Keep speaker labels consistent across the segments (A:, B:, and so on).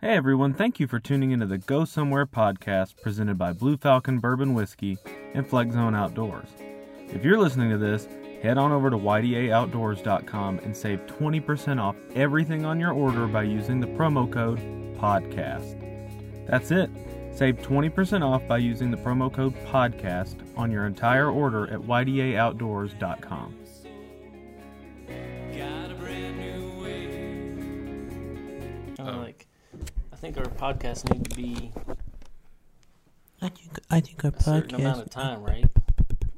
A: Hey everyone, thank you for tuning into the Go Somewhere podcast presented by Blue Falcon Bourbon Whiskey and Flex Zone Outdoors. If you're listening to this, head on over to ydaoutdoors.com and save 20% off everything on your order by using the promo code PODCAST. That's it. Save 20% off by using the promo code PODCAST on your entire order at ydaoutdoors.com.
B: Got a brand new way.
C: Kinda like, I think our podcast need to be
D: I think I think our
C: a certain amount of
D: podcast.
C: time, right?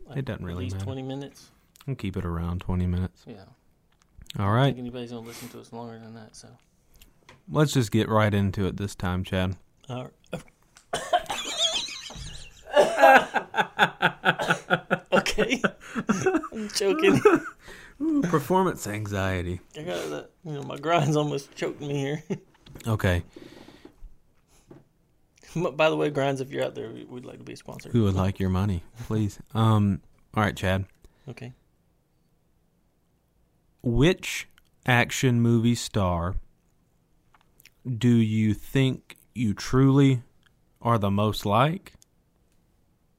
C: Like,
A: It doesn't really
C: At least
A: matter.
C: twenty minutes.
A: We'll keep it around 20 minutes.
C: Yeah. I don't
A: All
C: think
A: right,
C: anybody's gonna listen to us longer than that. So.
A: let's just get right into it this time, Chad.
C: All right. okay. I'm choking.
A: Performance anxiety.
C: I got the you know my grind's almost choking me here.
A: Okay,
C: But By the way, grinds, if you're out there, we'd like to be a sponsor.
A: who would like your money, please? Um, all right, Chad.
C: Okay.
A: Which action movie star do you think you truly are the most like?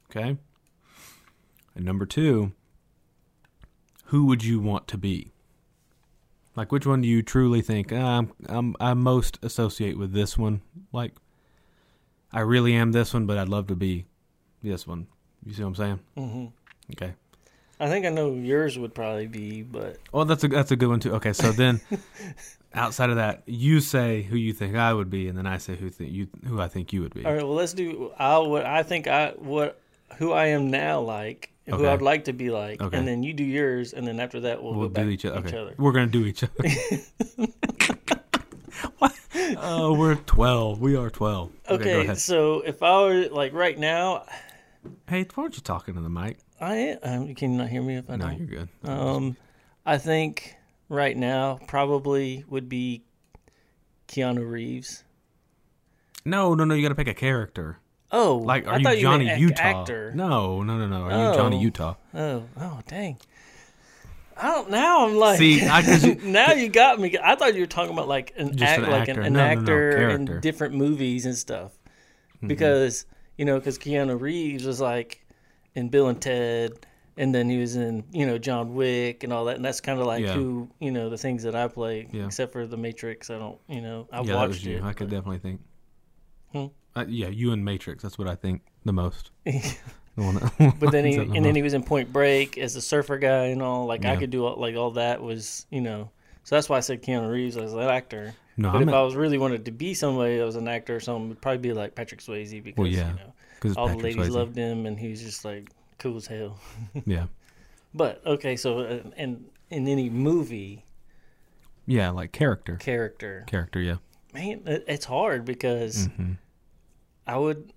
A: Okay. And number two, who would you want to be? Like, which one do you truly think "Ah, I'm, I'm? I most associate with this one. Like, I really am this one, but I'd love to be this one. You see what I'm saying?
C: hmm
A: Okay.
C: I think I know yours would probably be, but
A: Well, that's a that's a good one too. Okay, so then outside of that, you say who you think I would be, and then I say who think you who I think you would be.
C: All right, well, let's do. I what I think I what who I am now like,
A: Okay.
C: who I'd like to be like,
A: Okay.
C: and then you do yours, and then after that we'll,
A: We'll
C: go back
A: do each, other. okay. We're gonna do each other. What? Oh, we're twelve. We are twelve.
C: Okay,
A: go ahead.
C: so if I were like right now,
A: Hey, why aren't you talking to the mic?
C: I um, can you not hear me if I
A: No, you're
C: don't.
A: good.
C: Um, I think right now probably would be Keanu Reeves.
A: no, no, no. You got to pick a character.
C: Oh,
A: Like, are
C: I thought
A: you Johnny
C: meant ac-
A: Utah?
C: Actor.
A: No, no, no, no. Are you Johnny
C: Oh.
A: Utah?
C: Oh, oh, dang. I don't. Now I'm like.
A: See, I, 'cause you,
C: now you got me. I thought you were talking about like an,
A: Just
C: act,
A: an
C: like an,
A: actor.
C: an
A: No, no, no,
C: actor
A: character. Mm-hmm.
C: in different movies and stuff. Because you know, because Keanu Reeves was like in Bill and Ted, and then he was in you know John Wick and all that, and that's kind of like
A: Yeah.
C: who you know the things that I play,
A: Yeah.
C: except for The Matrix. I don't, you know, I
A: yeah, that was
C: watched
A: you.
C: it.
A: I could definitely think.
C: Hmm?
A: Uh, yeah, you and Matrix. That's what I think the most.
C: but-
A: The one that-
C: but then he
A: that the
C: and then
A: most?
C: he was in Point Break as the surfer guy and all. Like I
A: Yeah.
C: could do all, like all that was you know. So that's why I said Keanu Reeves as an actor.
A: no,
C: But
A: I'm
C: if I was really wanted to be somebody that was an actor or something, it'd probably be like Patrick Swayze because
A: yeah,
C: you know
A: because
C: all the ladies loved him and he was just like cool as hell.
A: Yeah,
C: But okay, so uh, and in any movie
A: yeah, like character,
C: character,
A: character. Yeah,
C: man, it, it's hard
A: Mm.
C: because
A: Mm-hmm.
C: I would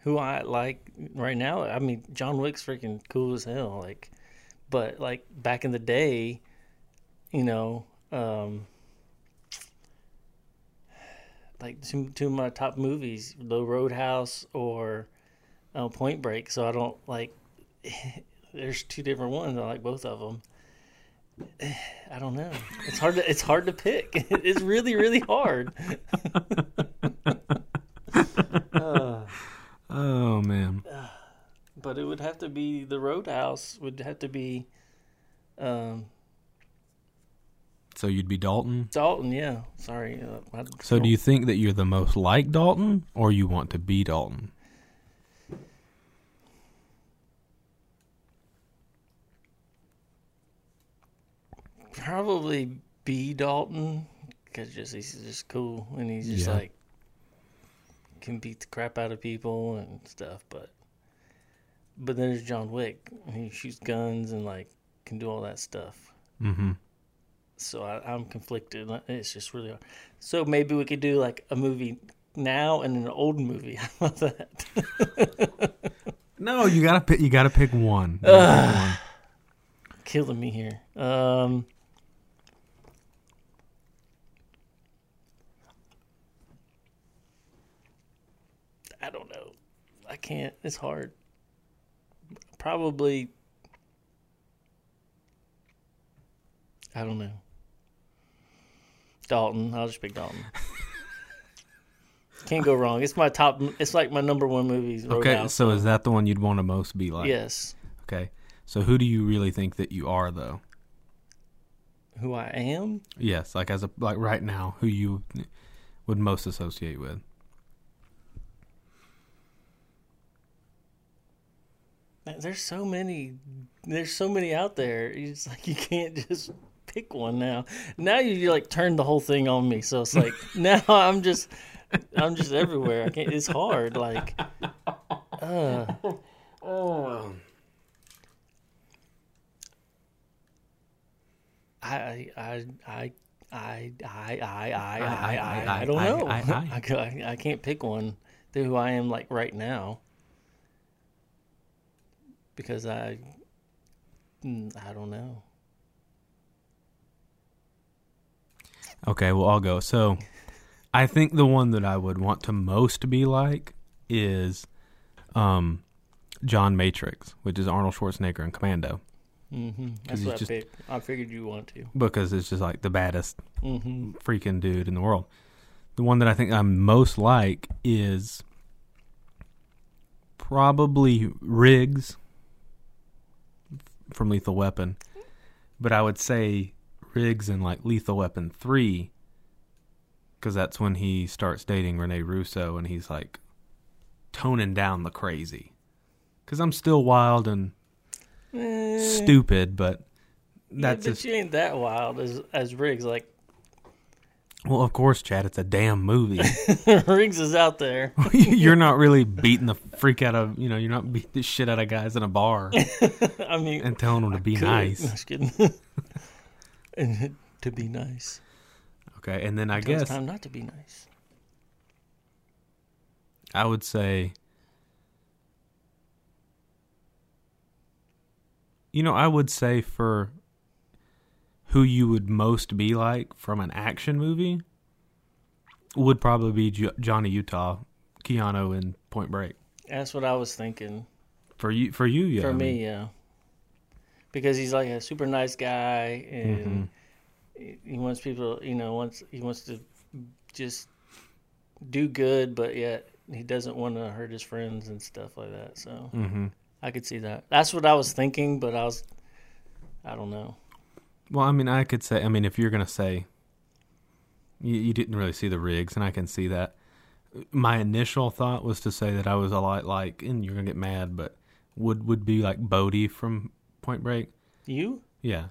C: who I like right now. I mean, John Wick's freaking cool as hell. Like, but like back in the day, you know, um, like two two of my top movies, The Roadhouse or uh, Point Break. So I don't like. there's two different ones. I like both of them. I don't know. It's hard to it's hard to pick. It's really really hard. Uh,
A: Oh man,
C: but it would have to be the Roadhouse. Would have to be um,
A: so you'd be Dalton.
C: Dalton. Yeah. Sorry. Uh, I
A: So do you think that you're the most like Dalton, or you want to be Dalton?
C: probably be Dalton because just he's just cool and he's just
A: Yeah.
C: like can beat the crap out of people and stuff. But but then there's John Wick. And he shoots guns and like can do all that stuff.
A: Mm-hmm.
C: So I, I'm conflicted. It's just really hard. So maybe we could do like a movie now and an old movie. How about that?
A: No, you gotta pick. You gotta pick one. You gotta pick one.
C: Killing me here. Um, I don't know. I can't. It's hard. Probably. I don't know. Dalton. I'll just pick Dalton. Can't go wrong. It's my top. It's like my number one movies.
A: Okay,
C: Roadhouse.
A: so is that the one you'd want to most be like?
C: yes,
A: Okay. So who do you really think that you are though?
C: who I am.
A: Yes, like as a like right now, who you would most associate with?
C: Man, There's so many. There's so many out there. It's like you can't just pick one now. Now you, you like turned the whole thing on me. So it's like now I'm just, I'm just everywhere. I can't. It's hard. Like, uh,
A: Oh.
C: I, I, I. I I I I I I I don't know.
A: I- I-
C: I, ca- I can't pick one to who I am like right now because I mm, I don't know.
A: Okay, well I'll go. So I think the one that I would want to most be like is um John Matrix, which is Arnold Schwarzenegger in Commando.
C: Mm-hmm.
A: 'Cause
C: That's
A: he's
C: what I
A: just-
C: picked. I figured you want to.
A: Because it's just like the baddest
C: Mm-hmm.
A: freaking dude in the world. The one that I think I'm most like is probably Riggs from Lethal Weapon. But I would say Riggs in like Lethal Weapon 3 cuz that's when he starts dating Rene Russo and he's like toning down the crazy. Cuz I'm still wild and
C: Mm-hmm.
A: stupid, but that's
C: Mm. yeah,
A: just
C: Eh, but you ain't that wild as as Riggs. Like
A: well, of course, Chad, it's a damn movie.
C: Riggs is out there.
A: you're not really beating the freak out of you know you're not beating the shit out of guys in a bar
C: I mean,
A: and telling them to be
C: could- I'm
A: nice
C: just kidding. and to be nice.
A: okay and then i
C: Till It's
A: guess
C: time not to be nice.
A: i would say you know i would say for who you would most be like from an action movie would probably be jo- johnny utah keanu in point break
C: That's what I was thinking.
A: for you for you yeah
C: For
A: I
C: me,
A: mean,
C: yeah. Because he's like a super nice guy, and
A: Mm-hmm.
C: he- he wants people, you know, wants he wants to just do good, but yet he doesn't want to hurt his friends and stuff like that. So
A: mhm.
C: I could see that. That's what I was thinking, but I was, I don't know.
A: Well, I mean, I could say, I mean, if you're going to say you, you didn't really see the rigs, and I can see that. My initial thought was to say that I was a lot like, and you're going to get mad, but would would be like Bodie from Point Break.
C: You?
A: Yeah.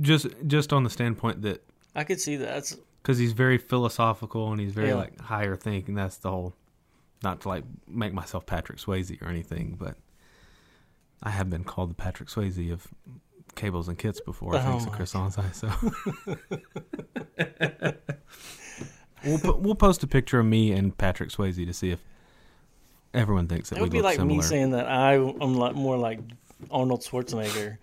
A: Just just on the standpoint that
C: I could see that. That's
A: cuz he's very philosophical and he's very
C: Yeah.
A: like higher thinking, that's the whole not to like make myself Patrick Swayze or anything, but I have been called the Patrick Swayze of Cables and Kits before,
C: Oh
A: thanks to
C: my
A: Chris Onsai. So we'll po- we'll post a picture of me and Patrick Swayze to see if everyone thinks that
C: that
A: we
C: would be
A: look
C: like
A: similar.
C: me saying that I am like more like Arnold Schwarzenegger.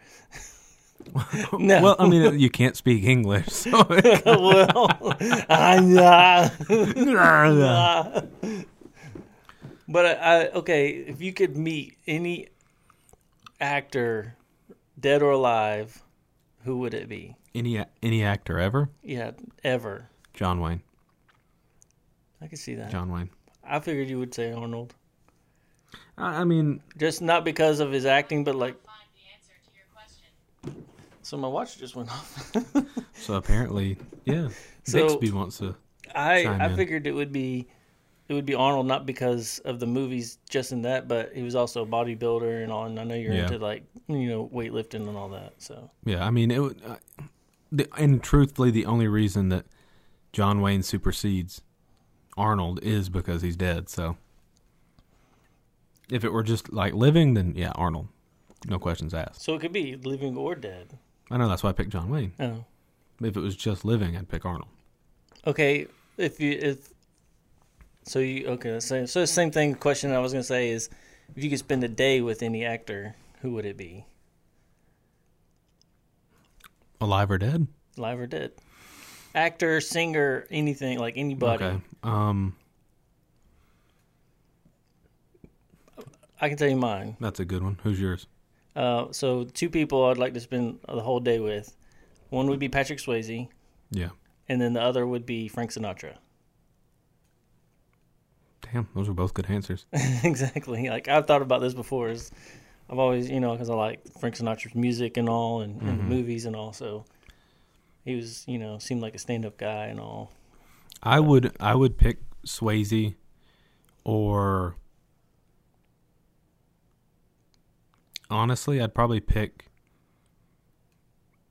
C: no.
A: Well, um, I mean, uh, you can't speak English, so
C: well, I'm not. but I, I okay, if you could meet any actor, dead or alive, who would it be?
A: any any actor ever,
C: Yeah, ever.
A: John Wayne,
C: I could see that.
A: John Wayne.
C: I figured you would say Arnold.
A: I I mean,
C: Just not because of his acting, but like.
E: find the answer to your question.
C: So my watch just went off.
A: so apparently, yeah,
C: So-
A: Bixby wants to.
C: I
A: Chime
C: I
A: in.
C: figured it would be, it would be Arnold not because of the movies just in that, but he was also a bodybuilder and all. And I know you're
A: Yeah.
C: into like you know weightlifting and all that. So
A: Yeah, I mean, it. would- I, the, and truthfully, the only reason that John Wayne supersedes Arnold is because he's dead. So, if it were just like living, then yeah, Arnold, no questions asked.
C: so it could be living or dead.
A: I know that's why I picked John Wayne.
C: Oh,
A: If it was just living, I'd pick Arnold.
C: okay. If you if so you okay so so the same thing question I was gonna say is if you could spend a day with any actor, who would it be,
A: Alive or dead?
C: live or dead? Actor, singer, anything like anybody.
A: Okay. Um,
C: I can tell you mine.
A: that's a good one. Who's yours?
C: Uh, so two people I'd like to spend the whole day with. One would be Patrick Swayze,
A: Yeah.
C: and then the other would be Frank Sinatra.
A: Damn, those are both good answers.
C: exactly. Like I've thought about this before. Is I've always, you know, because I like Frank Sinatra's music and all, and, and the
A: Mhm.
C: movies and all. So he was, you know, seemed like a stand-up guy and all.
A: I would I would pick Swayze or honestly I'd probably pick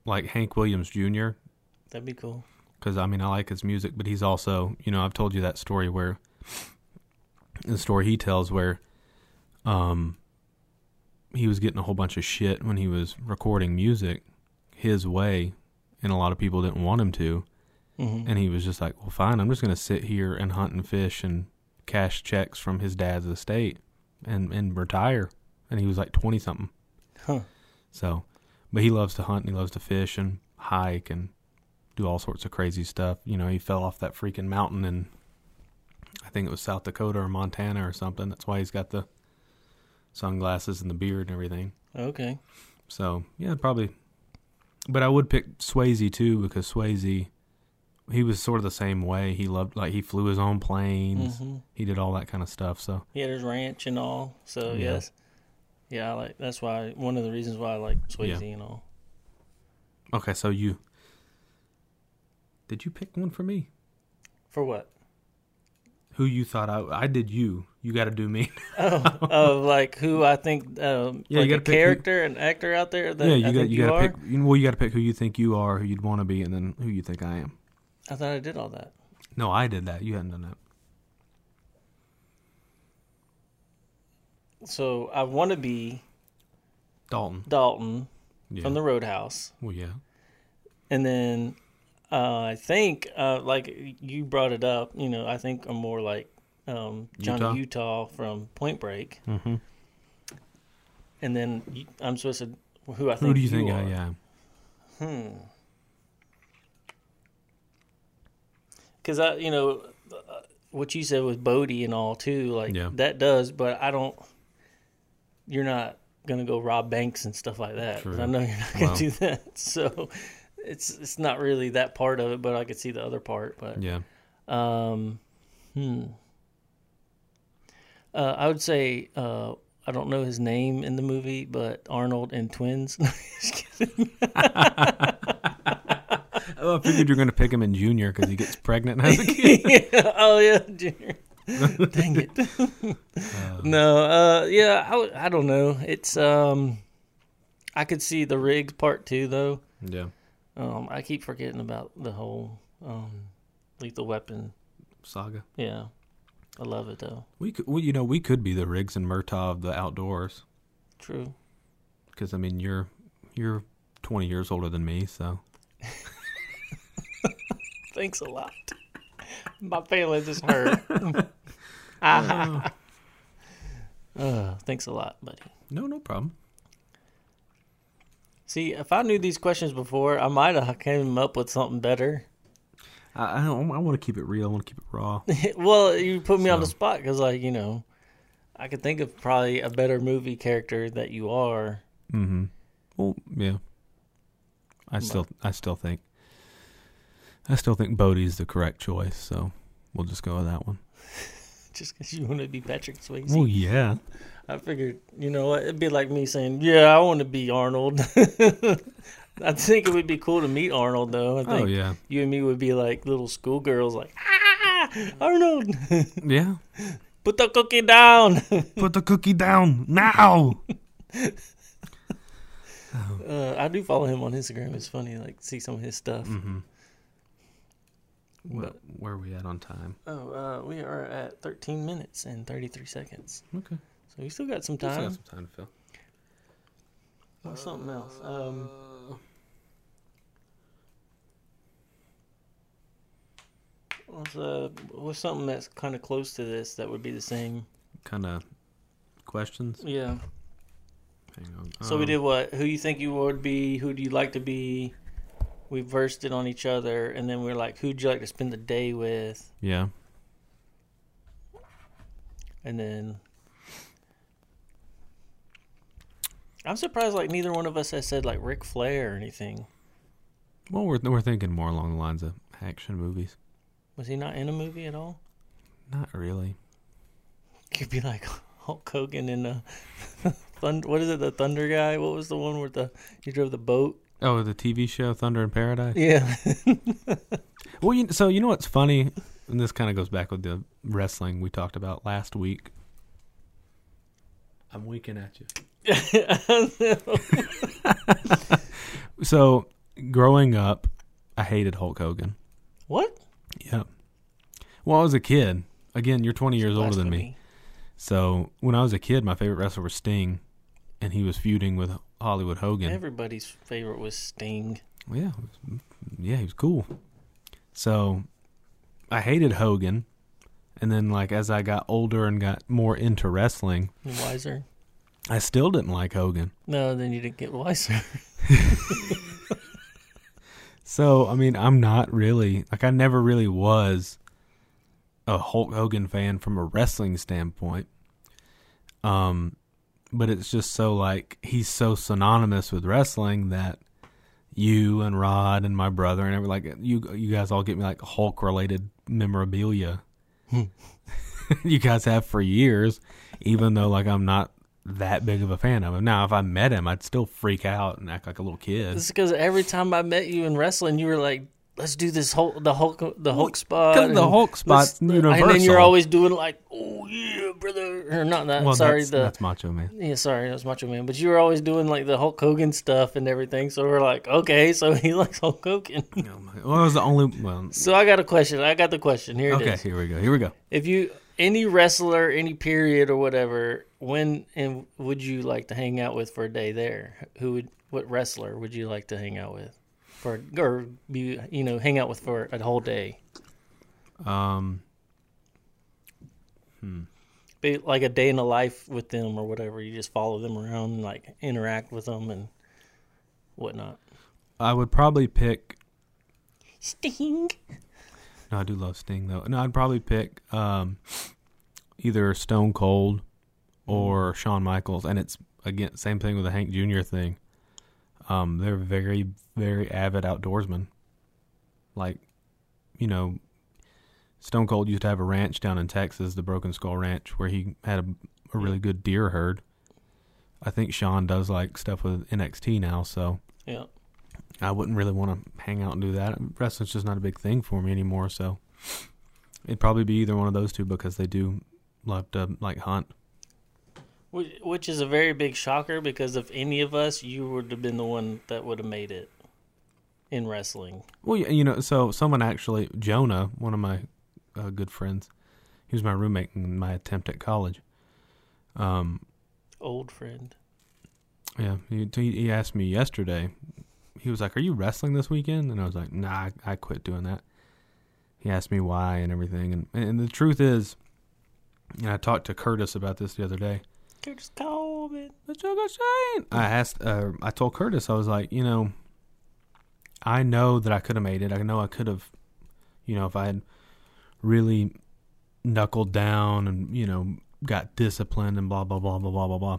A: like Hank Williams Jr.
C: That'd be cool.
A: because I mean I like his music, but he's also you know I've told you that story where the story he tells where um he was getting a whole bunch of shit when he was recording music his way, and a lot of people didn't want him to,
C: Mm-hmm.
A: and he was just like, well, fine, I'm just gonna sit here and hunt and fish and cash checks from his dad's estate and and retire, and he was like twenty something,
C: Huh.
A: so, but he loves to hunt and he loves to fish and hike and do all sorts of crazy stuff. You know, he fell off that freaking mountain in I think it was South Dakota or Montana or something. That's why he's got the sunglasses and the beard and everything.
C: Okay.
A: So, yeah, probably. But I would pick Swayze too because Swayze, he was sort of the same way. He loved, like, he flew his own planes.
C: Mm-hmm.
A: He did all that kind of stuff. So,
C: He had his ranch and all. So
A: Yeah.
C: yes. Yeah, I like that's why one of the reasons why I like Swayze and all.
A: okay, so you. Did you pick one for me?
C: For what?
A: who you thought I I did you. You got to do me.
C: Oh, of like who I think um,
A: Yeah, you
C: like
A: gotta
C: a
A: pick who-
C: character, an actor out there that
A: yeah,
C: I
A: you got
C: think
A: you,
C: you,
A: got to
C: are.
A: pick. you- Well, you got to pick who you think you are, who you'd want to be, and then who you think I am.
C: I thought I did all that.
A: No, I did that. You hadn't done that.
C: So I want to be
A: Dalton.
C: Dalton
A: Yeah.
C: from the Roadhouse,
A: well, yeah.
C: and then uh, I think uh, like you brought it up. You know, I think I'm more like um,
A: Utah?
C: Johnny Utah. from Point Break,
A: Mm-hmm.
C: and then you, I'm supposed to who I think
A: Who do you think I
C: are.
A: am?
C: Hmm. Because I, you know, uh, what you said with Bodie and all too, like
A: Yeah.
C: that does, but I don't. You're not gonna go rob banks and stuff like that. 'cause I
A: True.
C: know you're not gonna
A: Well.
C: do that. So it's it's not really that part of it, but I could see the other part. But
A: Yeah.
C: um, hmm. Uh, I would say uh, I don't know his name in the movie, but Arnold and Twins. Just kidding.
A: Oh, I figured you're gonna pick him in junior because he gets pregnant and has a kid.
C: oh yeah, Junior. Dang it. no, uh, yeah, I, w- I don't know. It's um, I could see the rigs part two though.
A: Yeah.
C: Um, I keep forgetting about the whole um, lethal weapon.
A: Saga.
C: Yeah, I love it though.
A: We could. Well, you know, we could be the Riggs and Murtaugh of the outdoors
C: True.
A: because I mean you're you're 20 years older than me, so
C: Thanks a lot. My feelings is hurt. uh, thanks a lot, buddy.
A: no, no problem.
C: See, if I knew these questions before, I might have came up with something better.
A: I I, don't- I want to keep it real. I want to keep it raw.
C: well, you put me on the
A: So-
C: spot because, like, you know, I could think of probably a better movie character that you are.
A: Mm-hmm. Well, yeah. I still, I still think, I still think Bodie's the correct choice. So we'll just go with that one.
C: Just because you want to be Patrick Swayze,
A: Well, yeah.
C: I figured, you know, what, it'd be like me saying, "Yeah, I want to be Arnold." I think it would be cool to meet Arnold, though. I think
A: Oh, yeah.
C: you and me would be like little schoolgirls, like, "Ah, Arnold,
A: Yeah.
C: put the cookie down."
A: Put the cookie down now.
C: uh, I do follow him on Instagram. It's funny, like, see some of his stuff.
A: mm-hmm. Where, where are we at on time?
C: Oh, uh, we are at 13 minutes and 33 seconds.
A: Okay.
C: So we still got some
A: Just
C: time.
A: got some time to fill.
C: Or something else. Um, what's, uh, what's something that's kind of close to this that would be the same?
A: Kind of questions.
C: Yeah.
A: Hang on.
C: So we
A: Um,
C: did what? Who you think you would be? Who do you like to be? We versed it on each other, and then we are like, who'd you like to spend the day with?
A: Yeah.
C: And then. I'm surprised, like, neither one of us has said, like, Ric Flair or anything.
A: Well, we're we're thinking more along the lines of action movies.
C: Was he not in a movie at all?
A: Not really.
C: could be like Hulk Hogan and uh, Thunder. What is it? The Thunder guy? What was the one with the he drove the boat?
A: Oh, the TV show Thunder in Paradise.
C: Yeah.
A: Well, you, so you know what's funny, and this kind of goes back with the wrestling we talked about last week. I'm winking at you. So, growing up, I hated Hulk Hogan.
C: what?
A: Yep. Well, I was a kid. Again, you're 20 years older than me.
C: Blasphemy.
A: So, when I was a kid, my favorite wrestler was Sting, and he was feuding with Hollywood Hogan.
C: Everybody's favorite was Sting.
A: Well, yeah, it was- yeah, he was cool. So I hated Hogan, and then like as I got older and got more into wrestling,
C: You Wiser?
A: I still didn't like Hogan.
C: No, then you didn't get wiser.
A: So I mean, I'm not really like I never really was a Hulk Hogan fan from a wrestling standpoint. Um, but it's just so like he's so synonymous with wrestling that you and Rod and my brother and every like you you guys all get me like Hulk related memorabilia.
C: Hmm.
A: you guys have for years, even though like I'm not that big of a fan of him. Now, if I met him, I'd still freak out and act like a little kid.
C: It's because every time I met you in wrestling, you were like, "Let's do this Hulk, the Hulk, the Hulk spot."
A: because the
C: and
A: Hulk spot's
C: let's- And then you're
A: universal.
C: always doing like, "Oh yeah, brother," or not that.
A: Well,
C: sorry,
A: that's,
C: the
A: that's Macho Man.
C: yeah, sorry, that's Macho Man. But you were always doing like the Hulk Hogan stuff and everything. So we're like, okay, so he likes Hulk Hogan.
A: Oh my- Well, it was the only. Well,
C: So I got a question. I got the question. Here it is.
A: okay, here we go. Here we go.
C: If you any wrestler, any period or whatever, when and would you like to hang out with for a day there? Who would what wrestler would you like to hang out with? For or be you know, hang out with for a whole day.
A: Um,
C: Be like a day in the life with them or whatever. You just follow them around and like interact with them and whatnot.
A: I would probably pick.
C: Sting.
A: No, I do love Sting though. No, I'd probably pick um, either Stone Cold or Shawn Michaels, and it's again same thing with the Hank Jr. thing. Um, they're very very avid outdoorsmen. Like, you know, Stone Cold used to have a ranch down in Texas, the Broken Skull Ranch, where he had a, a really good deer herd. I think Sean does like stuff with NXT now, so
C: Yeah.
A: I wouldn't really want to hang out and do that. Wrestling's just not a big thing for me anymore, so it'd probably be either one of those two because they do love to like hunt.
C: Which, which is a very big shocker because if any of us, you would have been the one that would have made it in wrestling.
A: Well, you you know, so someone actually, Jonah, one of my uh, good friends, he was my roommate in my attempt at college. Um,
C: Old friend.
A: yeah, he, he he asked me yesterday. He was like, "Are you wrestling this weekend?" And I was like, "Nah, I, I quit doing that." He asked me why and everything, and and the truth is, and I talked to Curtis about this the other day.
C: Curtis Coleman.
A: the Sugar Shane. I asked, uh, I told Curtis, I was like, you know, I know that I could have made it. I know I could have, you know, if I had really knuckled down and, you know, got disciplined and blah, blah, blah, blah, blah, blah, blah.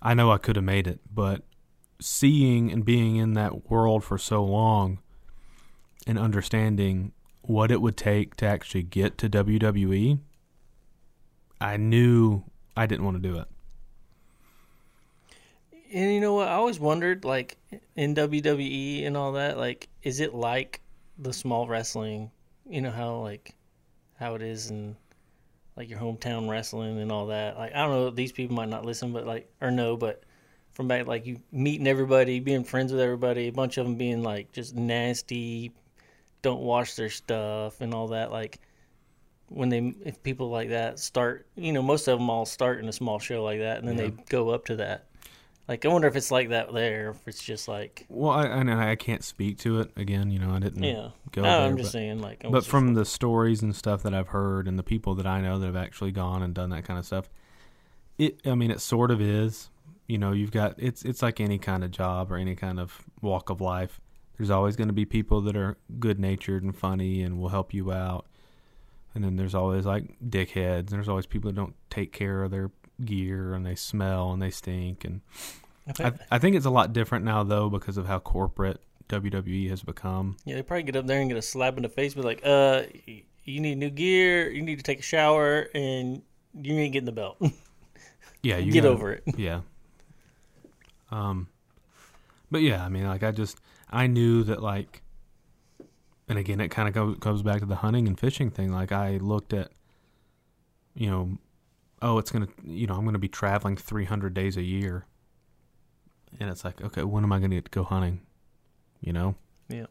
A: I know I could have made it, but seeing and being in that world for so long and understanding what it would take to actually get to WWE, I knew I didn't want to do it.
C: And you know what? I always wondered, like in WWE and all that, like is it like the small wrestling? You know how like how it is in like your hometown wrestling and all that. Like I don't know, these people might not listen, but like or no, but from back like you meeting everybody, being friends with everybody, a bunch of them being like just nasty, don't wash their stuff and all that. Like when they if people like that start, you know, most of them all start in a small show like that, and then they go up to that. Like I wonder if it's like that there, if it's just like
A: Well, I, and I can't speak to it again. You know, I didn't
C: yeah.
A: go
C: no,
A: there.
C: I'm
A: Mm, but,
C: just saying like. I
A: but
C: was
A: from the stories and stuff that I've heard, and the people that I know that have actually gone and done that kind of stuff, it. I mean, it sort of is. You know, you've got it's it's like any kind of job or any kind of walk of life. There's always going to be people that are good natured and funny and will help you out, and then there's always like dickheads. And there's always people that don't take care of their gear and they smell and they stink and
C: just-
A: I, I think it's a lot different now though because of how corporate WWE has become.
C: yeah, they probably get up there and get a slap in the face, but like, uh, y- you need new gear. You need to take a shower, and You ain't getting the belt.
A: Yeah, you
C: Get
A: gotta-
C: over it.
A: Yeah. Um, but yeah, I mean, like I just I knew that like, and again, it kind of goes comes back to the hunting and fishing thing. Like I looked at, you know, oh, it's gonna, you know, I'm gonna be traveling 300 days a year, and it's like, okay, when am I gonna get to go hunting? You know,
C: yeah.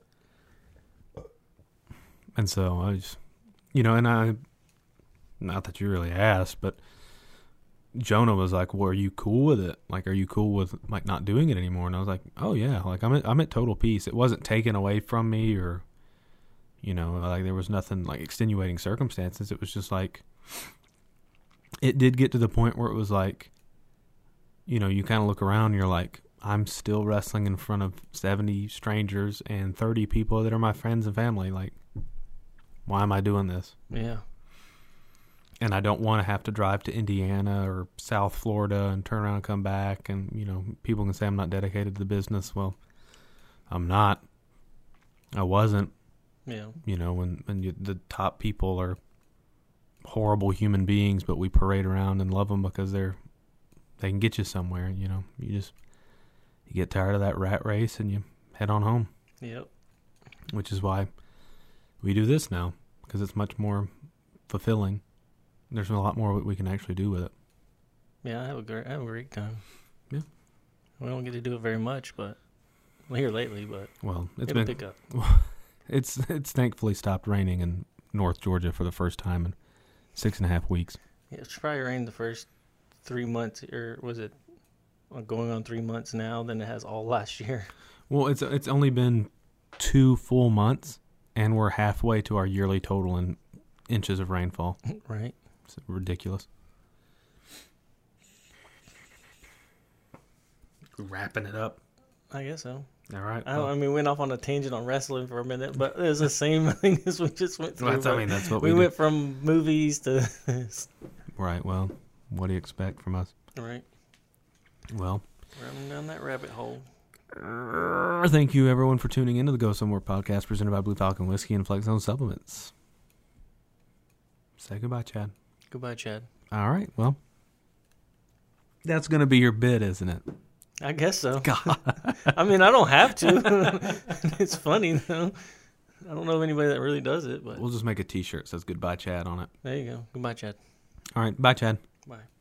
A: and so I just, you know, and I, not that you really asked, but Jonah was like, "Well, are you cool with it? Like, are you cool with like not doing it anymore?" And I was like, "Oh yeah, like I'm at, I'm at total peace. It wasn't taken away from me, or you know, like there was nothing like extenuating circumstances. It was just like it did get to the point where it was like, you know, you kind of look around, and you're like." I'm still wrestling in front of 70 strangers and 30 people that are my friends and family. Like, why am I doing this?
C: Yeah.
A: and I don't want to have to drive to Indiana or South Florida and turn around and come back. And you know, people can say I'm not dedicated to the business. Well, I'm not. I wasn't.
C: Yeah.
A: You know, when when you, the top people are horrible human beings, but we parade around and love them because they're they can get you somewhere. You know, you just you get tired of that rat race and you head on home
C: Yep.
A: which is why we do this now because it's much more fulfilling. There's a lot more we can actually do with it.
C: Yeah, I have a great I have a great time.
A: Yeah.
C: We don't get to do it very much, but well, here lately, but
A: Well, it's
C: it'll
A: been
C: pick up.
A: it's it's thankfully stopped raining in North Georgia for the first time in six and a half weeks.
C: Yeah, it's probably rained the first three months, or was it uh, going on three months now than it has all last year?
A: Well, it's it's only been two full months, and we're halfway to our yearly total in inches of rainfall.
C: right.
A: It's ridiculous. Wrapping it up.
C: I guess so.
A: All right.
C: I, don't, I mean, we went off on a tangent on wrestling for a minute, but it was the same thing as we just went through.
A: That's- I
C: but
A: mean, that's what
C: we,
A: we do.
C: went from movies to
A: Right. Well, what do you expect from us?
C: right.
A: Well,
C: Running down that rabbit hole.
A: thank you everyone for tuning into the Go Somewhere podcast presented by Blue Falcon Whiskey and Flex Zone Supplements. Say goodbye, Chad.
C: Goodbye, Chad.
A: All right. Well, that's going to be your bid, isn't it?
C: I guess so. I mean, I don't have to. it's funny though. I don't know of anybody that really does it, but
A: We'll just make a t shirt that says goodbye, Chad on it.
C: there you go. Goodbye, Chad.
A: All right. Bye, Chad.
C: Bye.